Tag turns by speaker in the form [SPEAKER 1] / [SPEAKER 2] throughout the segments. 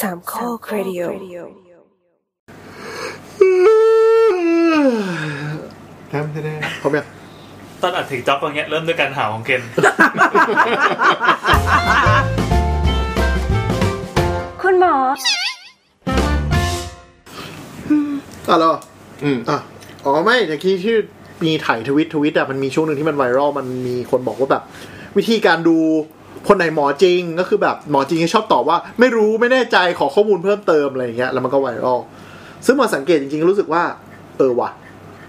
[SPEAKER 1] สามข้อครดิโอ
[SPEAKER 2] ทำจะได้ครบยัง
[SPEAKER 3] ตอนอัดถึงจ็อกอย่างเงี้ยเริ่มด้วยการหาของเคน
[SPEAKER 1] คุณหมอ
[SPEAKER 2] อ่ะแล้วเหรอ
[SPEAKER 4] อืม
[SPEAKER 2] อ่ะอ๋อไม่แต่ที่ที่มีถ่ายทวิตทวิตอ่ะมันมีช่วงหนึ่งที่มันไวรัลมันมีคนบอกว่าแบบ วิธีการดูคนไหนหมอจริงก็คือแบบหมอจริงชอบตอบว่า ไม่รู้ไม่แน่ใจขอข้อมูลเพิ่มเติมอะไรอย่างเงี้ยแล้วมันก็ไวรัลซึ่งมาสังเกตจริงๆรู้สึกว่า เออว่ะ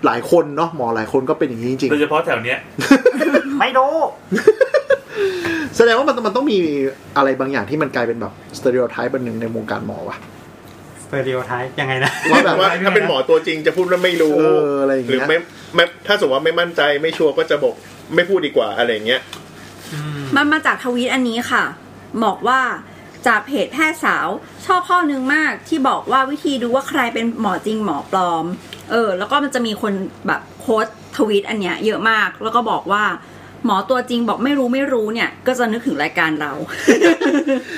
[SPEAKER 2] หลายคนเนาะหมอหลายคนก็เป็นอย่างนี้จริง
[SPEAKER 3] โดยเฉพาะแถวเนี้ย
[SPEAKER 5] ไม่รู้
[SPEAKER 2] ๆแสดงว่ามันมันต้องมีอะไรบางอย่างที่มันกลายเป็นแบบสเตอริโอไทป์แบบหนึ่งในวงการหมอว่ะ
[SPEAKER 5] สเตอริโอไทป์ยังไงนะ
[SPEAKER 4] ว่าแบบว่าถ้าเป็นหมอตัวจริงจะพูดว่าไม่รู้
[SPEAKER 2] เอออะไรอย่างเงี้
[SPEAKER 4] ห
[SPEAKER 2] ย
[SPEAKER 4] รือไม่ไม่ถ้าสมมติว่าไม่มั่นใจไม่ชัวร์ก็จะบอกไม่พูดดีกว่าอะไรอย่างเงี้ย
[SPEAKER 6] มันมาจากทวีตอันนี้ค่ะ บอกว่าจากเพจแพทย์สาว ชอบข้อนึงมากที่บอกว่าวิธีดูว่าใครเป็นหมอจริงหมอปลอม เออ แล้วก็มันจะมีคนแบบโค้ดทวีตอันเนี้ยเยอะมาก แล้วก็บอกว่า หมอตัวจริงบอกไม่รู้ไม่รู้เนี่ย ก็จะนึกถึงรายการเรา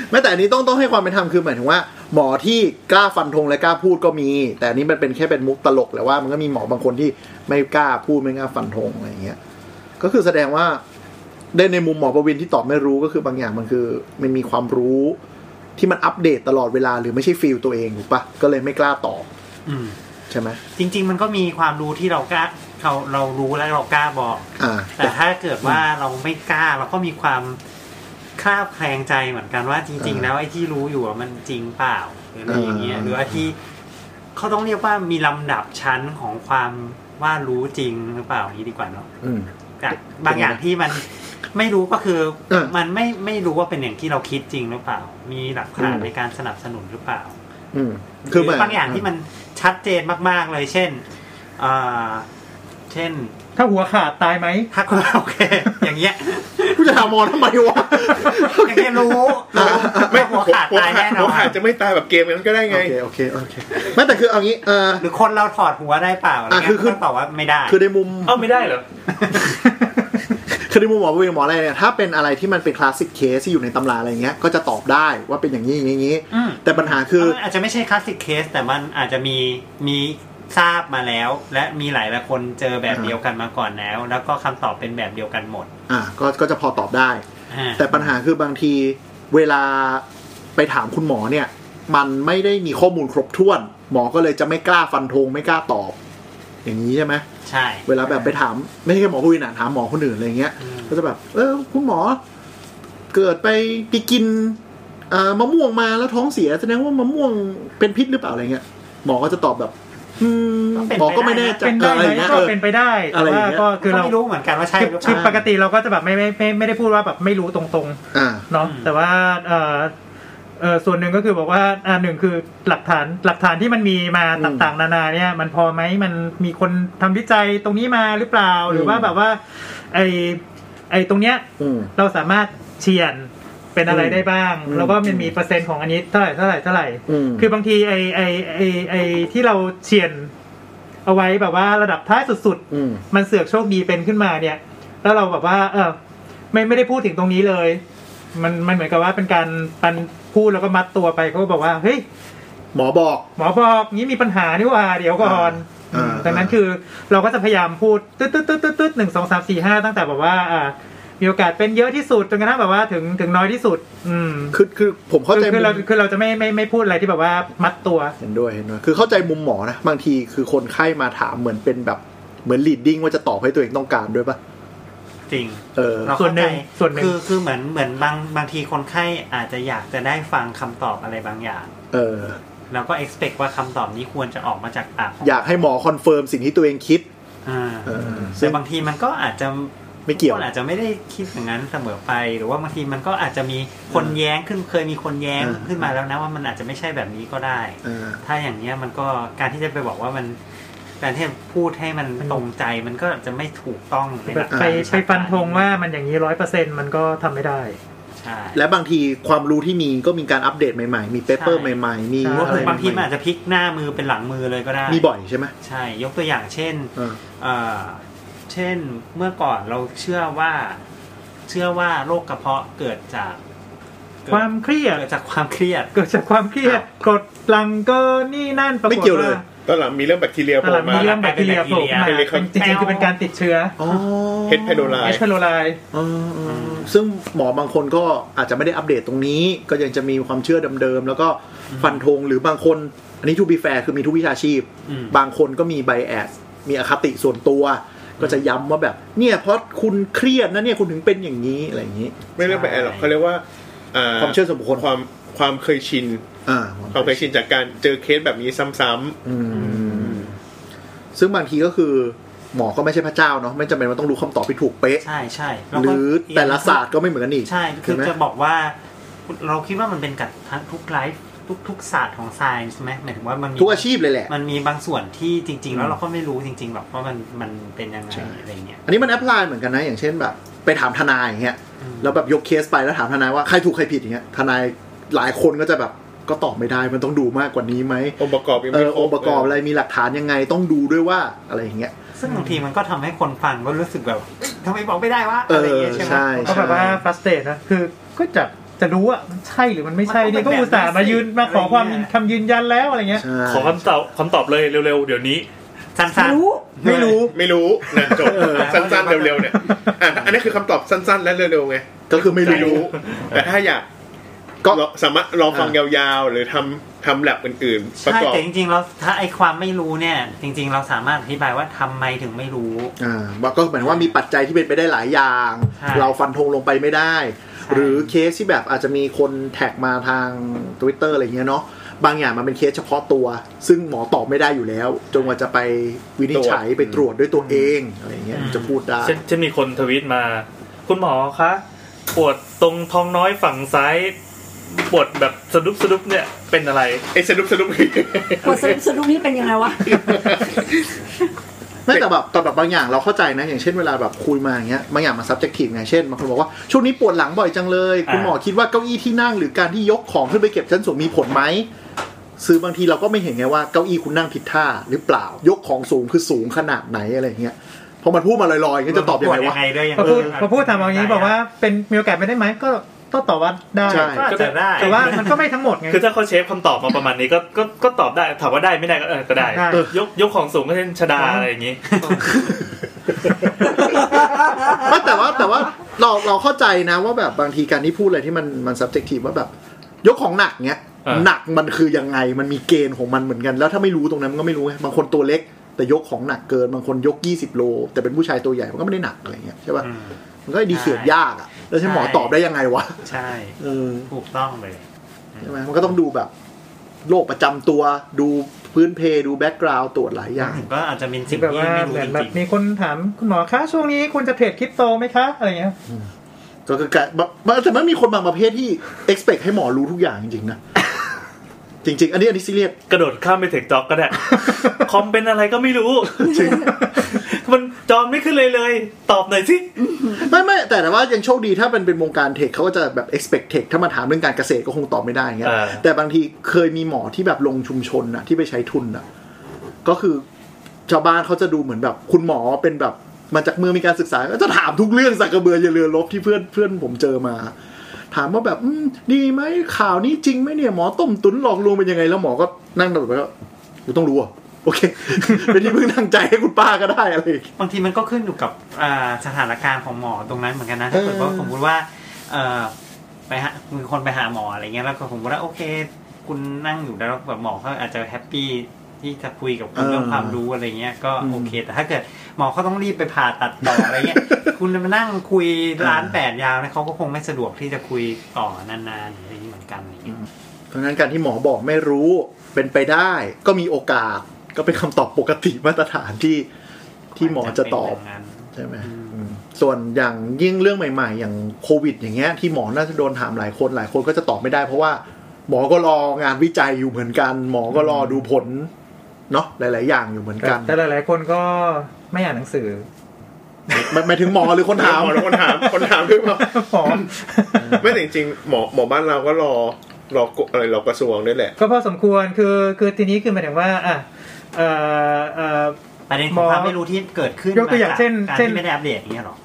[SPEAKER 2] ไม่แต่อันนี้ต้องต้องให้ความเป็นธรรมคือหมายถึงว่า หมอที่กล้าฟันธงและกล้าพูดก็มี แต่อันนี้มันเป็นแค่เป็นมุกตลกแหละว่ามันก็มีหมอบางคนที่ไม่กล้าพูดไม่กล้าฟันธงอะไรอย่างเงี้ยก็คือแสดงว่าในในมุมหมอประวินที่ตอบไม่รู้ก็คือบางอย่างมันคือมันมีความรู้ที่มันอัปเดตตลอดเวลาหรือไม่ใช่ฟิลตัวเองถูกปะก็เลยไม่กล้าตอบ
[SPEAKER 5] อืม
[SPEAKER 2] ใช่ไหม
[SPEAKER 5] จริง ๆ มันก็มีความรู้ที่เรากล้าเราเรารู้และเรากล้าบอก
[SPEAKER 2] อ่า
[SPEAKER 5] แต่ถ้าเกิดว่าเราไม่กล้าเราก็มีความคลาบแคลงใจเหมือนกันว่าจริง ๆ แล้วไอ้ที่รู้อยู่อะมันจริงเปล่าหรืออะไรอย่างเงี้ยหรือว่าที่เขาต้องเรียกว่ามีลำดับชั้นของความว่ารู้จริงหรือเปล่าอย่างนี้ดีกว่าเนาะ
[SPEAKER 2] อืม
[SPEAKER 5] จากบางอย่างที่มันไม่รู้ก็คือ
[SPEAKER 2] เออ
[SPEAKER 5] มันไม่ไม่รู้ว่าเป็นอย่างที่เราคิดจริงหรือเปล่า มีหลักฐาน
[SPEAKER 2] อืม
[SPEAKER 5] ในการสนับสนุนหรือเปล่า
[SPEAKER 2] อืม
[SPEAKER 5] คื
[SPEAKER 2] คือ
[SPEAKER 5] อ
[SPEAKER 2] หม
[SPEAKER 5] บางอย่างที่มันชัดเจนมากๆเลย เช่นเอ่อเช่น
[SPEAKER 7] ถ้าหัวขาดตายไหม
[SPEAKER 5] ถ้าโอเค อย่างเงี้ย
[SPEAKER 2] กูจะถามหมอทำไมวะ
[SPEAKER 5] อย่างเงี้ยรู้รู้ไม่หัวขาดตายแน่น
[SPEAKER 4] หั
[SPEAKER 5] อ
[SPEAKER 4] วน ขาดจะไม่ตายแบบเกมนั้นก็ได้ไง
[SPEAKER 2] โอเคโอเคโอเคไม่แต่คือเอางี้เออ
[SPEAKER 5] หรือคนเราถอดหัวได้เปล่าอะไร
[SPEAKER 2] อ่ะคื
[SPEAKER 5] เงี้
[SPEAKER 2] อย คือ
[SPEAKER 5] ต้องตอบว่าไม่ได้
[SPEAKER 2] คือในมุม
[SPEAKER 3] เอ้าไม่ได้เหรอ
[SPEAKER 2] คดีมุมหมอประเวณหมออะไรเนี่ยถ้าเป็นอะไรที่มันเป็นคลาสสิกเคสที่อยู่ในตำราอะไรเงี้ยก็จะตอบได้ว่าเป็นอย่างนี้อย่างนี้อย่างนี้
[SPEAKER 5] ม
[SPEAKER 2] แต่ปัญหาคือ
[SPEAKER 5] มันอาจจะไม่ใช่คลาสสิกเคส แต่มันอาจจะมีมีทราบมาแล้ว และมีหลายหลายคนเจอแบบเดียวกันมาก่อนแล้ว แล้วก็คำตอบเป็นแบบเดียวกันหมด
[SPEAKER 2] อ่าก็ก็จะพอตอบได้
[SPEAKER 5] อ่า
[SPEAKER 2] แต่ปัญหาคือบางทีเวลาไปถามคุณหมอเนี่ย มันไม่ได้มีข้อมูลครบถ้วน หมอก็เลยจะไม่กล้าฟันธงไม่กล้าตอบ อย่างนี้ใช่ไหม
[SPEAKER 5] ใช่
[SPEAKER 2] เวลาแบบไปถามไม่ใช่แค่หมอผู้วินอะถามหมอคนอื่นอะไรเงี้ย
[SPEAKER 5] อืม
[SPEAKER 2] ก็จะแบบ เออคุณหมอ เกิดไปไปกินเอ่อมะม่วงมาแล้วท้องเสียแสดงว่ามะม่วงเป็นพิษหรือเปล่าอะไรเงี้ยหมอก็จะตอบแบบอืมหมอก็ไม่แน่ใจ
[SPEAKER 7] เป็น
[SPEAKER 2] เอ
[SPEAKER 7] ได้
[SPEAKER 2] ออะ
[SPEAKER 7] ไห
[SPEAKER 2] ไร
[SPEAKER 7] ม
[SPEAKER 2] อย่าง
[SPEAKER 7] ก็เป็นไปได้แต่ว่าง
[SPEAKER 2] เงี้ยเอออะไรอย่าเงี้ย
[SPEAKER 7] ก็คือ
[SPEAKER 5] ก็
[SPEAKER 7] เรา
[SPEAKER 5] ไม่รู้เหมือนกันว่าใช่
[SPEAKER 7] คือ
[SPEAKER 5] หรือเป
[SPEAKER 7] คือ
[SPEAKER 5] ล่า
[SPEAKER 7] ปกติเราก็จะแบบไม่ไม่ไม่ไม่ได้พูดว่าแบบไม่รู้ตรง
[SPEAKER 2] อ่า
[SPEAKER 7] ๆเนาะ
[SPEAKER 5] อืม
[SPEAKER 7] แต่ว่าเออเออส่วนหนึ่งก็คือบอกว่าอ่าหนึ่งคือหลักฐานหลักฐานที่มันมีมา
[SPEAKER 2] อืม
[SPEAKER 7] ต่างๆ นานาเนี่ย มันพอไหมมันมีคนทำวิจัยตรงนี้มาหรือเปล่า หรือว่า
[SPEAKER 2] อืม
[SPEAKER 7] แบบว่าไอไอตรงเนี้ย
[SPEAKER 2] อืม
[SPEAKER 7] เราสามารถเชียนเป็นอะไร
[SPEAKER 2] อืม
[SPEAKER 7] ได้บ้าง
[SPEAKER 2] อืม
[SPEAKER 7] แล้วก็มันมีเปอร์เซ็นต์ของอันนี้เท่าไหร่เท่าไหร่เท่าไหร่
[SPEAKER 2] อืม
[SPEAKER 7] คือบางทีไอไอไอไอที่เราเชียนเอาไว้แบบว่าระดับท้ายสุด
[SPEAKER 2] อืม
[SPEAKER 7] มันเสือกโชคดีเป็นขึ้นมาเนี่ย แล้วเราแบบว่า เออไม่ไม่ได้พูดถึงตรงนี้เลย มันมันเหมือนกับว่าเป็นการปันพูดแล้วก็มัดตัวไปเขาก็บอกว่าเฮ้ย
[SPEAKER 2] หมอบอก
[SPEAKER 7] หมอบอกงี้มีปัญหานี่หว่าเดี๋ยวก่อน
[SPEAKER 2] อ่า
[SPEAKER 7] อืมดังนั้น
[SPEAKER 2] อ่า
[SPEAKER 7] คือเราก็จะพยายามพูดตึ๊ดตึ๊ดตึ๊ดตึ๊ดตึ๊ดหนึ่งสองสามสี่ห้าตั้งแต่แบบว่าอ่า มีโอกาสเป็นเยอะที่สุดจนกระทั่งแบบว่าถึงถึงน้อยที่สุด อืม
[SPEAKER 2] คือคือผมเข้า
[SPEAKER 7] คือ
[SPEAKER 2] ใจ
[SPEAKER 7] คือเรา
[SPEAKER 2] มุม
[SPEAKER 7] คือเราจะไม่ไม่ไม่พูดอะไรที่แบบว่ามัดตัว
[SPEAKER 2] เห็นด้วยเห็นด้วยคือเข้าใจมุมหมอนะ บางทีคือคนไข้มาถามเหมือนเป็นแบบเหมือน leading ว่าจะตอบให้ตัวเองต้องการด้วยปะ
[SPEAKER 5] จริง
[SPEAKER 2] เออ
[SPEAKER 5] เรา
[SPEAKER 7] ส่
[SPEAKER 5] เข้า
[SPEAKER 7] วนหนึ่
[SPEAKER 5] ใจ
[SPEAKER 7] งส่วนหนึ่ง
[SPEAKER 5] คือคือเหมือนเหมือนบางบางทีคนไข้อาจจะอยากจะได้ฟังคำตอบอะไรบางอย่าง
[SPEAKER 2] เออ
[SPEAKER 5] แล้วก็ expect ว่าคำตอบนี้ควรจะออกมาจากปากของ
[SPEAKER 2] อยากให้หมอคอนเฟิร์มสิ่งที่ตัวเองคิด
[SPEAKER 5] อ่า
[SPEAKER 2] เออซึ่
[SPEAKER 5] แต่
[SPEAKER 2] ง
[SPEAKER 5] บางทีมันก็อาจจะ
[SPEAKER 2] ไม่เกี่ยว
[SPEAKER 5] คนอาจจะไม่ได้คิดอย่างนั้นเสมอไป หรือว่าบางทีมันก็อาจจะมีคนแย้งขึ้นเคยมีคนแย้ง
[SPEAKER 2] เออ
[SPEAKER 5] ขึ้นมาแล้วนะว่ามันอาจจะไม่ใช่แบบนี้ก็ได้
[SPEAKER 2] เออ
[SPEAKER 5] ถ้าอย่างเนี้ยมันก็การที่จะไปบอกว่ามันการที่พูดให้มันตรงใจมันก็จะไม่ถูกต้องในหลัก
[SPEAKER 7] ไป
[SPEAKER 5] การวิชา
[SPEAKER 7] ไป
[SPEAKER 5] การ
[SPEAKER 7] ฟันธงว่ามันอย่างนี้ร้อยเปอร์เซ็นมันก็ทำไม่ได้
[SPEAKER 5] ใช่
[SPEAKER 2] และบางทีความรู้ที่มีก็มีการอัปเดตใหม่ๆ มีเปเปอร์ใหม่ๆ มี
[SPEAKER 7] ใช่
[SPEAKER 5] หรือว่า
[SPEAKER 2] อะไร
[SPEAKER 5] บางทีมัน
[SPEAKER 2] ใหม่
[SPEAKER 5] อาจจะพลิกหน้ามือเป็นหลังมือเลยก็ได้
[SPEAKER 2] ๆมีบ่อยใช่ไหม
[SPEAKER 5] ใช่ ยกตัวอย่างเช่น
[SPEAKER 2] เออ
[SPEAKER 5] เอ่อเช่น เมื่อก่อนเราเชื่อว่า เชื่อว่าโรคกระเพาะเกิดจาก
[SPEAKER 7] ความเครียด
[SPEAKER 5] เกิดจากความเครียด
[SPEAKER 7] เกิดจากความเครียดกดหลังเกินนี่นั่นปรากฏ
[SPEAKER 2] ไม่เกี่ยวเลย
[SPEAKER 7] า
[SPEAKER 4] ตอนหลังมีเรื่องแบคทีเรียโผ
[SPEAKER 7] ต
[SPEAKER 4] ล่
[SPEAKER 7] ลาดมี
[SPEAKER 4] มา
[SPEAKER 7] เรื่องแบคทีเรียโผล่มา
[SPEAKER 4] เป็นเลยครับ
[SPEAKER 7] จริงๆคือเป็นการติดเชื้อ
[SPEAKER 2] อ๋อ
[SPEAKER 4] เฮดไพโดไล
[SPEAKER 7] เอชโคโลไลน์
[SPEAKER 2] เออเออซึ่งหมอบางคนก็อาจจะไม่ได้อัปเดตตรงนี้ ก็ยังจะมีความเชื่อเดิมๆ แล้วก็ฟันธงหรือบางคน อันนี้ทูบีแฟร์คือมีทุกวิชาชีพ
[SPEAKER 5] อืม
[SPEAKER 2] บางคนก็มีไบแอสมีอคติส่วนตัว ก็จะย้ำว่าแบบ เนี่ยเพราะคุณเครียดนะเนี่ยคุณถึงเป็นอย่างนี้อะไรอย่างนี้
[SPEAKER 4] ไม่เรียกแบคแอนหรอกเขาเรียกว่าอ่
[SPEAKER 2] ความเชื่อส่วนบุคคล
[SPEAKER 4] ความความเคยชิน
[SPEAKER 2] อ่า
[SPEAKER 4] ความเคยชินจากการเจอเคสแบบนี้ซ้ำ
[SPEAKER 2] อืมซึ่งบางทีก็คือหมอก็ไม่ใช่พระเจ้าเนาะไม่จำเป็นว่าต้องรู้คำตอบที่ถูกเป๊ะ
[SPEAKER 5] ใช่ใช่แล้ว
[SPEAKER 2] ห
[SPEAKER 5] ก็
[SPEAKER 2] รือแต่ละศาสตร์ก็ไม่เหมือนกันอีก
[SPEAKER 5] ใช่คือ
[SPEAKER 2] ไหม
[SPEAKER 5] จะบอกว่า เราคิดว่ามันเป็นกับทั้งทุกไลฟ์ทุกทุกศาสตร์ของไซน์ใช่ไหมหมายถึงว่ามันมี
[SPEAKER 2] ทุกอาชีพเลยแหละ
[SPEAKER 5] มันมีบางส่วนที่จริง ๆ แล้วเราก็ไม่รู้จริง ๆ หรอกว่ามันมันเป็นยังไง
[SPEAKER 2] ใช่
[SPEAKER 5] อะไรเงี้ย
[SPEAKER 2] อันนี้มันแอพพลายเหมือนกันนะอย่างเช่นแบบ ไปถามทนายอย่างเงี้ยแล้วแบบยกเคสไปแล้วถามทนายว่าใครถูกใครผิดอย่างเงี้ยทนายหลายคนก็จะแบบก็ตอบไม่ได้มันต้องดูมากกว่านี้ไหม
[SPEAKER 4] ๆองค์ประกอบยัง
[SPEAKER 2] เอ
[SPEAKER 4] ไม่
[SPEAKER 2] อ
[SPEAKER 4] ค
[SPEAKER 2] องค์ประกอบอะไรมีหลักฐานยังไงต้องดูด้วยว่าอะไรอย่างเงี้ย
[SPEAKER 5] ซึ่งบางทีมันก็ทำให้คนฟังก็รู้สึกแบบเอ้ยทำไมบอกไม่ได้วะอะไรเงี้ย
[SPEAKER 2] เออ
[SPEAKER 5] ใช่ไหม
[SPEAKER 2] ใช่
[SPEAKER 7] ก็แบบว่าฟัสเตดนะคือก็จะจะรู้ว่ามันใช่หรือมันไม่ใช่
[SPEAKER 5] มันก็
[SPEAKER 7] เนี่ยก็
[SPEAKER 5] แบบ
[SPEAKER 7] อุตส่าห์
[SPEAKER 5] นั้
[SPEAKER 7] มาน
[SPEAKER 5] สิ
[SPEAKER 7] ยืนมาขอความ
[SPEAKER 5] อะไรเงี้ย
[SPEAKER 7] คำยืนยันแล้วอะไรเงี้ย
[SPEAKER 2] ใช่
[SPEAKER 3] ขอคำตอบคำตอบเลยเร็วๆ เดี๋ยวนี้
[SPEAKER 5] สั้นๆ
[SPEAKER 2] ไม่รู้
[SPEAKER 4] ไม่รู้นะจบสั้นๆเร็วๆเนี่ยอ่ะอันนี้คือคำตอบสั้นๆ และเร็วๆไง
[SPEAKER 2] ก็คือไม่
[SPEAKER 4] ไม่
[SPEAKER 2] รู้
[SPEAKER 4] รู้ แต่ถ้าอยาก
[SPEAKER 2] ก็
[SPEAKER 4] ลองสามารถลองฟังยาวๆ หรือทำทำแลบอื่นๆ ประ
[SPEAKER 5] ใช่
[SPEAKER 4] กอบ
[SPEAKER 5] แต่จริงๆแล้วถ้าไอความไม่รู้เนี่ย จริง ๆ เราสามารถอธิบายว่าทำไมถึงไม่รู้
[SPEAKER 2] อ่าว่าก็เหมือนว่ามีปัจจัยที่เป็นไปได้หลายอย่าง
[SPEAKER 5] ใช่
[SPEAKER 2] เราฟันธงลงไปไม่ได้ หรือเคสที่แบบอาจจะมีคนแท็กมาทาง Twitter อะไรเงี้ยเนาะบางอย่างมันเป็นเคสเฉพาะตัว ซึ่งหมอตอบไม่ได้อยู่แล้ว จนกว่าจะไปวินิจฉัยไปตรวจด้วยตัวเองอะไรเงี้ย
[SPEAKER 5] อืม
[SPEAKER 2] ถึงจะพูดได้
[SPEAKER 3] เช่นเช่นมีคนทวีตมา คุณหมอคะปวดตรงท้องน้อยฝั่งซ้ายปวดแบบสะดุบสะดุบเนี่ยเป็นอะไร
[SPEAKER 4] ไอ้สรุปสรุป
[SPEAKER 6] ปวดสรุปสรุปนี่เป็นยังไงวะ
[SPEAKER 2] ไม่แต่แบบแต่แบบบางอย่างเราเข้าใจนะ อย่างเช่นเวลาแบบคุยมาอย่างเงี้ยบางอย่างมัน subjective ไงเช่นบางคนบอกว่าช่วงนี้ปวดหลังบ่อยจังเลย คุณหมอคิดว่าเก้าอี้ที่นั่งหรือการที่ยกของขึ้นไปเก็บชั้นสูงมีผลไหมซื้อบางทีเราก็ไม่เห็นไงว่าเก้าอี้คุณนั่งผิดท่าหรือเปล่ายกของสูงคือสูงขนาดไหนอะไรเงี้ยพอมันพูดมาลอยๆอย่างเงี้ยจะตอบยังไงวะ
[SPEAKER 5] ด้วยยัง
[SPEAKER 7] พอ
[SPEAKER 5] ไง
[SPEAKER 7] พูดพอพูดถามอย่างนี้บอกว่าเป็นมีโอกาสไปได้ไหมก็ต้องตอบว่าได้
[SPEAKER 2] ใช่
[SPEAKER 5] ก็อาจจะได้
[SPEAKER 7] แต่ว่ามันก็ไม่ทั้งหมดไง
[SPEAKER 3] คือถ้าเขาเชฟคำตอบมาประมาณนี้ก็ก็ก็ตอบได้ถามว่าได้ไม่ได้ก็เออก็ได้
[SPEAKER 7] ได้
[SPEAKER 3] ยกยกของสูงก็เช่นชดาอะไรอย่างนี้
[SPEAKER 2] ไม่แต่ว่าแต่ว่าเราเราเข้าใจนะว่าแบบบางทีการที่พูดอะไรที่มันมัน subjective ว่าแบบ ยกของหนักเงี้ย
[SPEAKER 3] อ่า
[SPEAKER 2] หนักมันคือยังไงมันมีเกณฑ์ของมันเหมือนกัน แล้วถ้าไม่รู้ตรงนั้นมันก็ไม่รู้ไงบางคนตัวเล็ก แต่ยกของหนักเกินบางคนยก 20 โล แต่เป็นผู้ชายตัวใหญ่มันก็ไม่ได้หนักอะไรเงี้ยใช่ป่ะมันก็ดีเขียนยากอ่ะแล้วใช่หมอ
[SPEAKER 5] ใช่
[SPEAKER 2] ตอบได้ยังไงวะ
[SPEAKER 5] ใช่
[SPEAKER 2] เออ
[SPEAKER 5] ถูกต้องเลย
[SPEAKER 2] ใช่ไหมมันก็ต้องดูแบบโรคประจำตัวดูพื้นเพดูแบ็กกราวด์ตรวจหลายอย่าง
[SPEAKER 5] ถึงก็อาจจะเป็นสิ่
[SPEAKER 7] ที่
[SPEAKER 5] ง
[SPEAKER 7] แบบ
[SPEAKER 5] ที่
[SPEAKER 7] ว่า
[SPEAKER 5] ไม่รู้
[SPEAKER 7] เหมือ
[SPEAKER 5] จ
[SPEAKER 7] นแบบ
[SPEAKER 5] ริง
[SPEAKER 7] มีคนถามคุณหมอคะช่วงนี้คุณจะเทรดคริปโตไหมคะอะไรเงี้ย
[SPEAKER 2] ก็คือกะบะบะแต่มันมีคนบางประเภทที่ expect ให้หมอรู้ทุกอย่างจริงๆนะ จริง ๆ อันนี้อันนี้ซีเรียส
[SPEAKER 3] กระโดดข้ามไปถึงจ็อกก็ได้ คอมเป็นอะไรก็ไม่ รู้ มันจอมไม่ขึ้นเลยเลย ตอบหน่อยสิ
[SPEAKER 2] ไม่ไม่แต่ว่ายังโชคดีถ้าเป็นเป็นวงการเทคเขาก็จะแบบ expect tech ถ้ามาถามเรื่องการเกษตรก็คงตอบไม่ได้อย่างเงี้ย
[SPEAKER 3] อ่า
[SPEAKER 2] แต่บางทีเคยมีหมอที่แบบลงชุมชนอะที่ไปใช้ทุนอะก็คือชาวบ้านเขาจะดูเหมือนแบบ คุณหมอเป็นแบบมาจากเมืองมีการศึกษา ก็จะถามทุกเรื่องสักกระเบืออย่าเรือลบที่เพื่อนเพื่อนผมเจอมา ถามว่าแบบอืมดีไหมข่าวนี้จริงไหมเนี่ยหมอต้มตุ๋นหลอกลวงเป็นยังไงแล้วหมอก็นั่งตลอดไปก็กูต้องรู้อะโอเค เป็นที่พึ่งทางใจให้คุณป้าก็ได้อะไรอย่างเงี้ย
[SPEAKER 5] ๆบางทีมันก็ขึ้นอยู่กับอ่าสถานการณ์ของหมอตรงนั้นเหมือนกันนะถ้าเกิดว่า
[SPEAKER 2] เออ
[SPEAKER 5] สมมติว่าเอ่อไปฮะมีคนไปหาหมออะไรเงี้ยแล้วก็ผมว่าโอเค คุณนั่งอยู่แล้วแบบหมอเขาอาจจะแฮปปี้ที่จะคุยกับคุณเรื่องความรู้อะไรเงี้ยก็โอเค แต่ถ้าเกิดหมอเขาต้องรีบไปผ่าตัดต่ออะไรเงี้ย คุณมานั่งคุยร้านแปดยาวนะเขาก็คงไม่สะดวกที่จะคุยต่อนานๆอะไรอย่างนี้เหมือนกันอะไรเงี้ย
[SPEAKER 2] เพราะงั้นการที่หมอบอกไม่รู้เป็นไปได้ ก็มีโอกาสก็เป็นคำตอบปกติมาตรฐานที่ที่หมอจะตอบใช่ไหมอืมส่วนอย่างยิ่งเรื่องใหม่ ๆ อย่างโควิด อย่างเงี้ยที่หมอน่าจะโดนถามหลายคนหลายคนก็จะตอบไม่ได้เพราะว่า หมอก็รองานวิจัยอยู่เหมือนกัน หมอก็รอดูผลเนาะหลาย ๆ อย่างอยู่เหมือนกัน
[SPEAKER 7] แต่หลายๆคนก็ไม่อ่านหนังสือ
[SPEAKER 2] หมายหมายถึงหมอหรือคนถา
[SPEAKER 4] ถาม
[SPEAKER 2] ม
[SPEAKER 4] หมอแล้วคนถามคน ถามด้วยว่า
[SPEAKER 7] หมอ
[SPEAKER 4] ไม่แต่จริงๆหมอหมอบ้านเราก็รอรอกอะไรรอกระทรวงด้วยแหละ
[SPEAKER 7] ก็พอสมควรคือคือทีนี้คือหมายถึงว่าอ่ะเอ่อเอ่อ
[SPEAKER 5] ประเด็นของความไม่รู้ที่เกิดขึ้น
[SPEAKER 7] ยกตัวอย่าง
[SPEAKER 5] มจ
[SPEAKER 7] เช่น
[SPEAKER 5] การ
[SPEAKER 7] เช่น
[SPEAKER 5] ที่ไม่ได้อัปเดตอย่างเงี้ยหรอ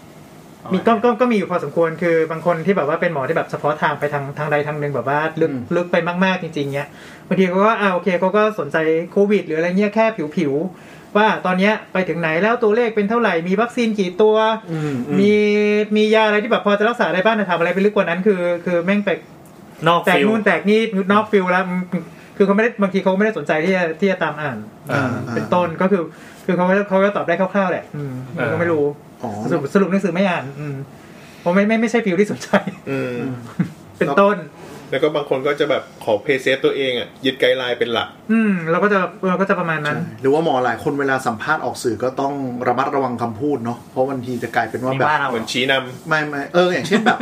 [SPEAKER 7] มีก็ก็ก็มีอยู่พอสมควรคือบางคนที่แบบว่าเป็นหมอที่แบบเฉพาะทางไปทางทางใดทางหนึ่งแบบว่าลึก
[SPEAKER 2] อืม
[SPEAKER 7] ลึกไปมากๆจริงๆเนี้ยบางทีเขาก็อ่าโอเคเขาก็สนใจโควิด หรืออะไรเงี้ยแค่ผิวๆว่าตอนเนี้ยไปถึงไหนแล้วตัวเลขเป็นเท่าไหร่มีวัคซีนกี่ตัว
[SPEAKER 2] อืมอืม
[SPEAKER 7] มีมียาอะไรที่แบบพอจะรักษาได้บ้างแต่ทำอะไรไปลึกกว่านั้นคือ คือแม่งแตก
[SPEAKER 3] นอก
[SPEAKER 7] แตก
[SPEAKER 3] ฟิล
[SPEAKER 7] นู่นแตกนี่นอกฟิลแล้วคือเขาไม่ได้บางทีเขาไม่ได้สนใจที่จะที่จะตามอ่าน
[SPEAKER 2] อ่าอ่า
[SPEAKER 7] เป็นต้นก็คือ คือเขาก็เขาก็ตอบได้คร่าวๆแหละ อืมเราก็ไม่รู้
[SPEAKER 2] อ๋อ
[SPEAKER 7] สรุปสรุปหนังสือไม่อ่าน อืมผมไม่ไม่ไม่ใช่ฟิลที่สนใจ
[SPEAKER 4] อืม
[SPEAKER 7] เป็นต้น
[SPEAKER 4] แล้วก็บางคนก็จะแบบขอเพย์เซฟตัวเองอ่ะยึดไกด์ไลน์เป็นหลัก
[SPEAKER 7] อืมเราก็จะเราก็จะประมาณนั้น
[SPEAKER 2] หรือว่าหมอหลายคนเวลาสัมภาษณ์ออกสื่อก็ต้องระมัดระวังคำพูดเนาะเพราะบางทีจะกลายเป็นว่า
[SPEAKER 5] ไม่
[SPEAKER 2] แบบ
[SPEAKER 5] ว่าเรา
[SPEAKER 4] เหมือนชี้นำ
[SPEAKER 2] ไม่ไม่เอออย่างเช่นแบบ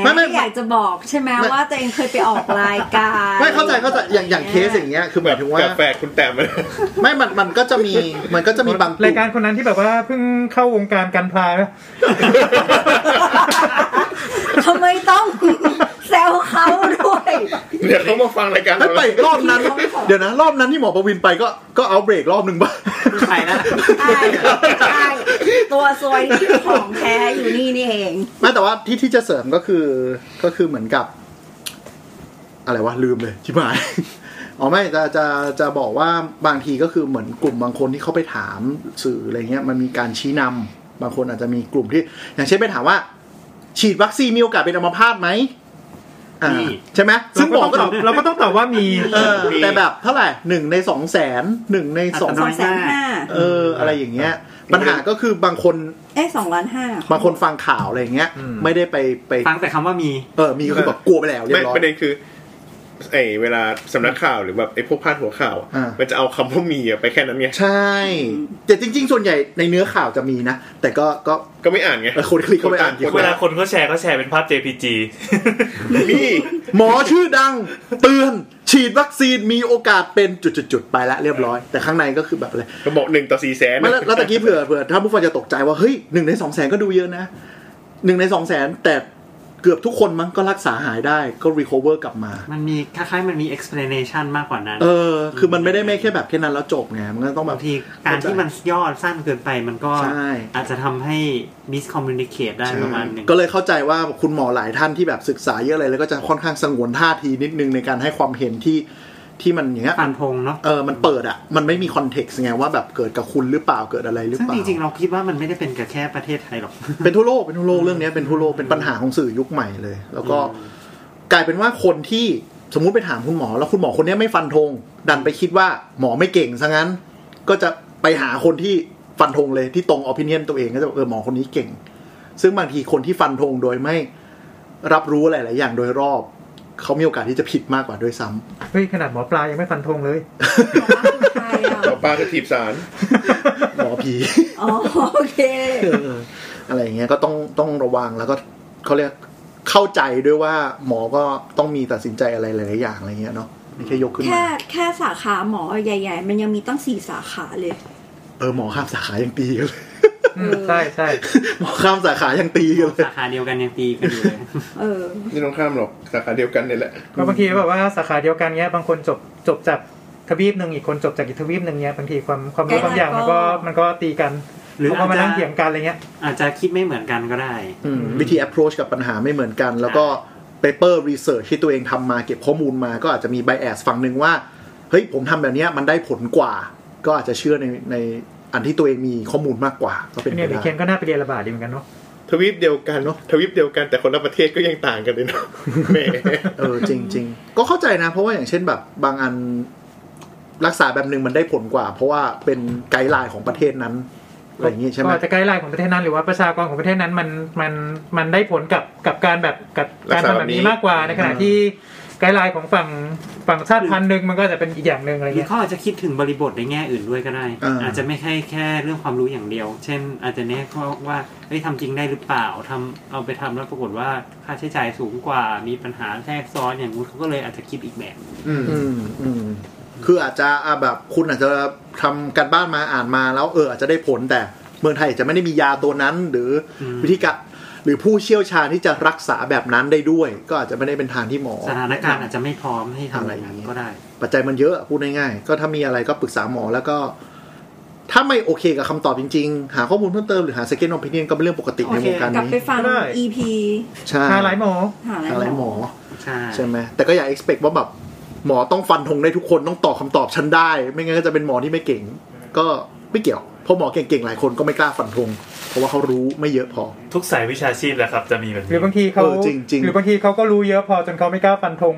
[SPEAKER 6] แหม
[SPEAKER 2] ไม่ไม่
[SPEAKER 6] ไม่อยากจะบอกใช่ไหมว่าตัวเองเคยไปออกรายการ
[SPEAKER 2] ไม่เข้าใจเข้าใจอย่างอย่างเคสอย่างเงี้ยคือห
[SPEAKER 4] แบ
[SPEAKER 2] มาย
[SPEAKER 4] บ
[SPEAKER 2] ถึงว่า
[SPEAKER 4] กาแฟนคุณแต้ม
[SPEAKER 2] ไม่มันมันก็จะมีมันก็จะมีบางกลุ่ม
[SPEAKER 7] รายการคนนั้นที่แบบว่าเพิ่งเข้าวงการกันพลาไหม
[SPEAKER 6] ทำไมต้อง แซวเขาด้วย
[SPEAKER 4] เดี๋ยวเขามาฟังรายการ
[SPEAKER 2] ไม่
[SPEAKER 4] เรา
[SPEAKER 2] ไปรอบนั้น เดี๋ยวนะ รอบนั้นที่หมอประวินไปก็ก็เอาเบรกรอบหนึ่งป่ะ
[SPEAKER 5] ใช่นั่นแหละ
[SPEAKER 6] ใช่ใช่ตัวซวยที่ของแท้อยู่นี่นี่เอง
[SPEAKER 2] ไม่แต่ว่าที่ที่จะเสริมก็คือก็คือเหมือนกับ อะไรวะลืมเลยชิบหาย อ๋อไม่จะจะจะบอกว่าบางทีก็คือเหมือนกลุ่มบางคนที่เขาไปถามสื่ออะไรเงี้ยมันมีการชี้นำบางคนอาจจะมีกลุ่มที่ อย่างเช่นไปถามว่า ฉีดวัคซีนมีโอกาสเป็นอัมพาตไหมอ่าใช่ไหมซึ่
[SPEAKER 7] ซึ่
[SPEAKER 2] ง
[SPEAKER 7] งเรา
[SPEAKER 2] หมอ
[SPEAKER 7] ก็
[SPEAKER 2] ก็
[SPEAKER 7] ต้องตอบเราก็ต้องตอบว่ามี
[SPEAKER 2] เออแต่แบบเท่าไหร่หนึ่งในสองแสนหนึ่งในสอง
[SPEAKER 6] สองแสนห้า
[SPEAKER 2] เออ อะไรอย่างเงี้ย ปัญหาก็คือบางคน
[SPEAKER 6] เอ้สองล้านห้า
[SPEAKER 2] บางคนฟังข่าวอะไรเงี้ย
[SPEAKER 7] อืม
[SPEAKER 2] ไม่ได้ไปไป
[SPEAKER 5] ฟังแต่คำว่ามี
[SPEAKER 2] เออ มีก็คือแบบกลัวไปแล้วเรีย
[SPEAKER 4] ไม่
[SPEAKER 2] บร้อย
[SPEAKER 4] ประเด็นคือไอ้เวลาสำนักข่าวหรือแบบไอ้พวกพาดหัวข่าวอะ
[SPEAKER 2] อ่ามั
[SPEAKER 4] มันจะเอาคำว่ามีอะไปแค่นั้นไง
[SPEAKER 2] ใช่ แต่จริง ๆ ส่วนใหญ่ในเนื้อข่าวจะมีนะ แต่ก็ก็
[SPEAKER 4] ก็ไม่อ่านไง
[SPEAKER 2] เออคนคลิกเข้าไปอ่าน
[SPEAKER 4] คน
[SPEAKER 2] ดีก
[SPEAKER 3] เวลา
[SPEAKER 2] ว่า
[SPEAKER 4] ะ
[SPEAKER 3] คนเขาแชร์เขาแชร์เป็นภาพ JPG
[SPEAKER 4] นี่
[SPEAKER 2] หมอชื่อดัง เตือน ฉีดวัคซีนมีโอกาสเป็นจุดๆๆไปละเรียบร้อย แต่ข้างในก็คือแบบอะไร
[SPEAKER 4] ก็บอกหนึ่งต่อสี่แสน
[SPEAKER 2] ไม่แล้วแล้วตะกี้เผื่อเผื่อถ้าผู้ฟังจะตกใจว่า เฮ้ยหนึ่งในสองแสนก็ดูเยอะนะหนึ่งในสองแสนแต่เกือบทุกคนมั้งก็รักษาหายได้ก็รีคอเวอร์กลับมา
[SPEAKER 5] มันมีคล้ายๆมันมี explanation มากกว่านั้น
[SPEAKER 2] เออ คือมันไม่ได้ไม่แค่แบบแค่นั้นแล้วจบไงมันก็ต้องแบบ
[SPEAKER 5] างทีการที่มันย่อสั้นเกินไปมันก็
[SPEAKER 2] ใช่
[SPEAKER 5] อาจจะทำให้ miscommunicate ได้ประมาณหนึ่ง
[SPEAKER 2] ก็เลยเข้าใจว่าคุณหมอหลายท่านที่แบบศึกษาเยอะเลยแล้วก็จะค่อนข้างสงวนท่าทีนิดนึงในการให้ความเห็นที่ที่มันอย่างเงี้ย
[SPEAKER 5] ฟันธงเนาะ
[SPEAKER 2] เออมันเปิดอ่ะ มันไม่มีคอนเท็กซ์ไงว่าแบบเกิดกับคุณหรือเปล่าเกิดอะไรหรือ
[SPEAKER 5] ซึ่ง
[SPEAKER 2] เปล่า
[SPEAKER 5] จริงๆ เราคิดว่ามันไม่ได้เป็นกับแค่ประเทศไทยหรอก
[SPEAKER 2] เป็นทั่วโลกเป็นทั่วโลกเรื่องเนี้ยเป็นทั่วโลกเป็นปัญหาของสื่อยุคใหม่เลย แล้วก็กลายเป็นว่าคนที่สมมุติไปถามคุณหมอ แล้วคุณหมอคนเนี้ยไม่ฟันธงดันไปคิดว่าหมอไม่เก่งซะงั้น ก็จะไปหาคนที่ฟันธงเลยที่ตรงอภินิยนตัวเองก็จะบอกเออหมอคนนี้เก่ง ซึ่งบางทีคนที่ฟันธงโดยไม่ รับรู้หลาย ๆ อย่างโดยรอบ เขามีโอกาสที่จะผิดมากกว่าด้วยซ้ำ
[SPEAKER 7] เฮ้ยขนาดหมอปลายังไม่ฟันธงเลย
[SPEAKER 4] ต่อป้าก็ถีบสาร
[SPEAKER 2] หมอผี
[SPEAKER 6] อ๋อโอเค
[SPEAKER 2] เอออะไรอย่างเงี้ยก็ต้องต้องระวังแล้วก็เขาเรียกเข้าใจด้วยว่าหมอก็ต้องมีตัดสินใจอะไรหลาย ๆ อย่างอะไรเงี้ยเนาะไม่แค่ยกขึ้นมา
[SPEAKER 6] แค่แค่สาขาหมอใหญ่ ๆ มันยังมีตั้งสี่สาขาเลย
[SPEAKER 2] เออหมอข้ามสาขายังตีกันเลย
[SPEAKER 7] อืมใช่ใช่
[SPEAKER 2] หมอข้ามสาขายังตีกันเลย
[SPEAKER 5] สาขาเดียวกันยังตีกันอยู่ เลย
[SPEAKER 6] เออ
[SPEAKER 4] นี่ต้องข้ามหรอกสาขาเดียวกันเนี่ยแหละ
[SPEAKER 7] ก็บางทีแบบว่าสาขาเดียวกันเนี้ยบางคนจบจบจากทวีปหนึ่งอีกคนจบจากอีกทวีปหนึ่งเนี้ยบางทีความความรู้
[SPEAKER 6] ใกล้
[SPEAKER 7] บางอย่างมันก็
[SPEAKER 6] ก็
[SPEAKER 7] มันก็ตีกัน
[SPEAKER 5] หรือ
[SPEAKER 7] เขาก็มา
[SPEAKER 5] อาจจะ
[SPEAKER 7] นั่งเถียงกันอะไรเงี้ย
[SPEAKER 5] อาจจะคิดไม่เหมือนกันก็ได้
[SPEAKER 2] อืมวิธี approach กับปัญหาไม่เหมือนกัน แล้วก็ paper research ที่ตัวเองทำมาเก็บข้อมูลมาก็อาจจะมี bias ฝั่งหนึ่งว่า เฮ้ยผมทำแบบเนี้ยมันได้ผลกว่า ก็อาจจะเชื่อในในอันที่ตัวเองมีข้อมูลมากกว่า ก็เป็นไป
[SPEAKER 7] เนี่ย
[SPEAKER 2] ได้
[SPEAKER 7] เด็กเคนก็น่าไปเรียนระบาดดีเหมือนกันเนาะ
[SPEAKER 4] ทวีปเดียวกันเนาะทวีปเดียวกันแต่คนละประเทศก็ยังต่างกันเลยเนาะ แหม
[SPEAKER 2] เออจริงจริงๆ ก็เข้าใจนะ เพราะว่าอย่างเช่นแบบบางอันรักษาแบบหนึ่งมันได้ผลกว่า เพราะว่าเป็นไกด์ไลน์ของประเทศนั้นอะไรอย่างงี้ใช่ไหม
[SPEAKER 7] ก็จะใกล้ไลน์ของประเทศนั้นหรือว่าประชากรของประเทศนั้นมันมันมันได้ผลกับกับการแบบกับการทำแบบนี้มากกว่าในขณะที่ไกด์ไลน์ของฝั่งฝั่งชาติพันธุ์หนึ่งมันก็จะเป็นอีกอย่างหนึ่งอะไร
[SPEAKER 5] หรือ
[SPEAKER 7] เงี้ย
[SPEAKER 5] เขาอาจจะคิดถึงบริบทในแง่อื่นด้วยก็ได้ อาจจะไม่ใช่แค่เรื่องความรู้อย่างเดียว เช่น อาจจะแน่ก็ว่าเฮ้ยทำจริงได้หรือเปล่าทำเอาไปทำแล้วปรากฏว่าค่าใช้จ่ายสูงกว่ามีปัญหาแทรกซ้อนอย่างนู้นเขาก็เลยอาจจะคิดอีกแบบ
[SPEAKER 4] อืม
[SPEAKER 2] อืมอืมคืออาจจะอ่ะแบบคุณอาจจะทำการบ้านมาอ่านมาแล้วเอออาจจะได้ผลแต่เมืองไทยอาจจะไม่ได้มียาตัวนั้น หรืออ
[SPEAKER 5] ม
[SPEAKER 2] วิธีการหรือผู้เชี่ยวชาญที่จะรักษาแบบนั้นได้ด้วย ก็อาจจะไม่ได้เป็นทางที่หมอ
[SPEAKER 5] สถานการณ์อาจจะไม่พร้อมให้ทำอะไรนั้นก็ได้
[SPEAKER 2] ปัจจัยมันเยอะพูดง่ายๆ ก็ถ้ามีอะไรก็ปรึกษาหมอแล้วก็ ถ้าไม่โอเคกับคำตอบจริงๆ หาข้อมูลเพิ่มเติมหรือหา second opinion ก็เป็นเรื่องปกติ
[SPEAKER 6] โอ
[SPEAKER 2] ใน
[SPEAKER 6] เคว
[SPEAKER 2] งการ
[SPEAKER 6] กลับ
[SPEAKER 2] นี้
[SPEAKER 6] ไปฟัง
[SPEAKER 4] ได้
[SPEAKER 6] EP
[SPEAKER 2] ใช่
[SPEAKER 7] หาหลายหมอ
[SPEAKER 6] หา
[SPEAKER 2] หา
[SPEAKER 6] อะไร
[SPEAKER 2] หลายห
[SPEAKER 6] ห
[SPEAKER 2] ม
[SPEAKER 6] ม
[SPEAKER 2] อ
[SPEAKER 6] อ
[SPEAKER 5] ใช่
[SPEAKER 2] ใช่ไหมแต่ก็อย่า expect ว่าแบบหมอต้องฟันธงได้ทุกคนต้องตอบคำตอบฉันได้ ไม่งั้นก็จะเป็นหมอที่ไม่เก่ง ก็ไม่เกี่ยวเพราะหมอเก่งๆหลายคนก็ไม่กล้าฟันธงเพราะว่าเขารู้ไม่เยอะพอ
[SPEAKER 3] ทุกสายวิชาชีพแหละครับ จะมีแบบ
[SPEAKER 7] หรื
[SPEAKER 3] นี้
[SPEAKER 7] อบางทีเขา
[SPEAKER 2] เออจริงๆ
[SPEAKER 7] หรือบางทีเขาก็รู้เยอะพอจนเขาไม่กล้าฟันธง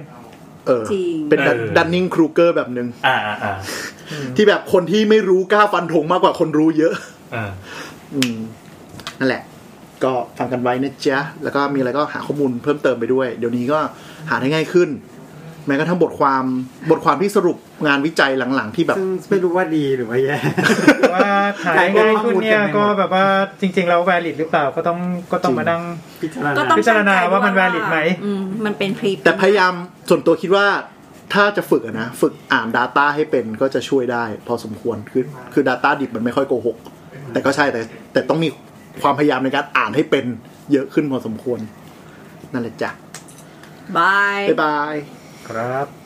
[SPEAKER 2] เออ
[SPEAKER 6] จริง
[SPEAKER 2] เป็น
[SPEAKER 3] เออ
[SPEAKER 2] ดันนิงครูเกอร์แบบหนึ่ง
[SPEAKER 3] อ่าอ่าอ่า
[SPEAKER 2] ที่แบบคนที่ไม่รู้กล้าฟันธงมากกว่าคนรู้เยอะ
[SPEAKER 3] อ่า
[SPEAKER 2] อืมนั่นแหละ ก็ฟังกันไว้นะจ๊ะ แล้วก็มีอะไรก็หาข้อมูลเพิ่มเติมไปด้วย เดี๋ยวนี้ก็หาได้ง่ายขึ้น แม้กระทั่งบทความบทความที่สรุปงานวิจัยหลังๆ ที่แบบ
[SPEAKER 5] ซึ่งไม่รู้ว่าดีหรือว่าแย่
[SPEAKER 7] แต่ว่าหายง่ายขึ้น เนี่ยก็แบบว่าจริง ๆ แล้ว valid หรือเปล่าก็ต้องก็ต้องมานั่ง
[SPEAKER 5] พิจารณา
[SPEAKER 6] ก็ต้อง
[SPEAKER 7] พิจารณาว่ามัน valid ไหม
[SPEAKER 6] อืมมันเป็นพรี
[SPEAKER 2] แต่พยายามส่วนตัวคิดว่าถ้าจะฝึกอะนะฝึกอ่าน Data ให้เป็นก็จะช่วยได้ พอสมควรคือคือ Data ดิบมันไม่ค่อยโกหก แต่ก็ใช่แต่ แต่ต้องมีความพยายามในการอ่านให้เป็นเยอะขึ้นพอสมควร นั่นแหละจ้ะ
[SPEAKER 6] Bye.
[SPEAKER 2] บ๊ายบาย
[SPEAKER 7] ครับ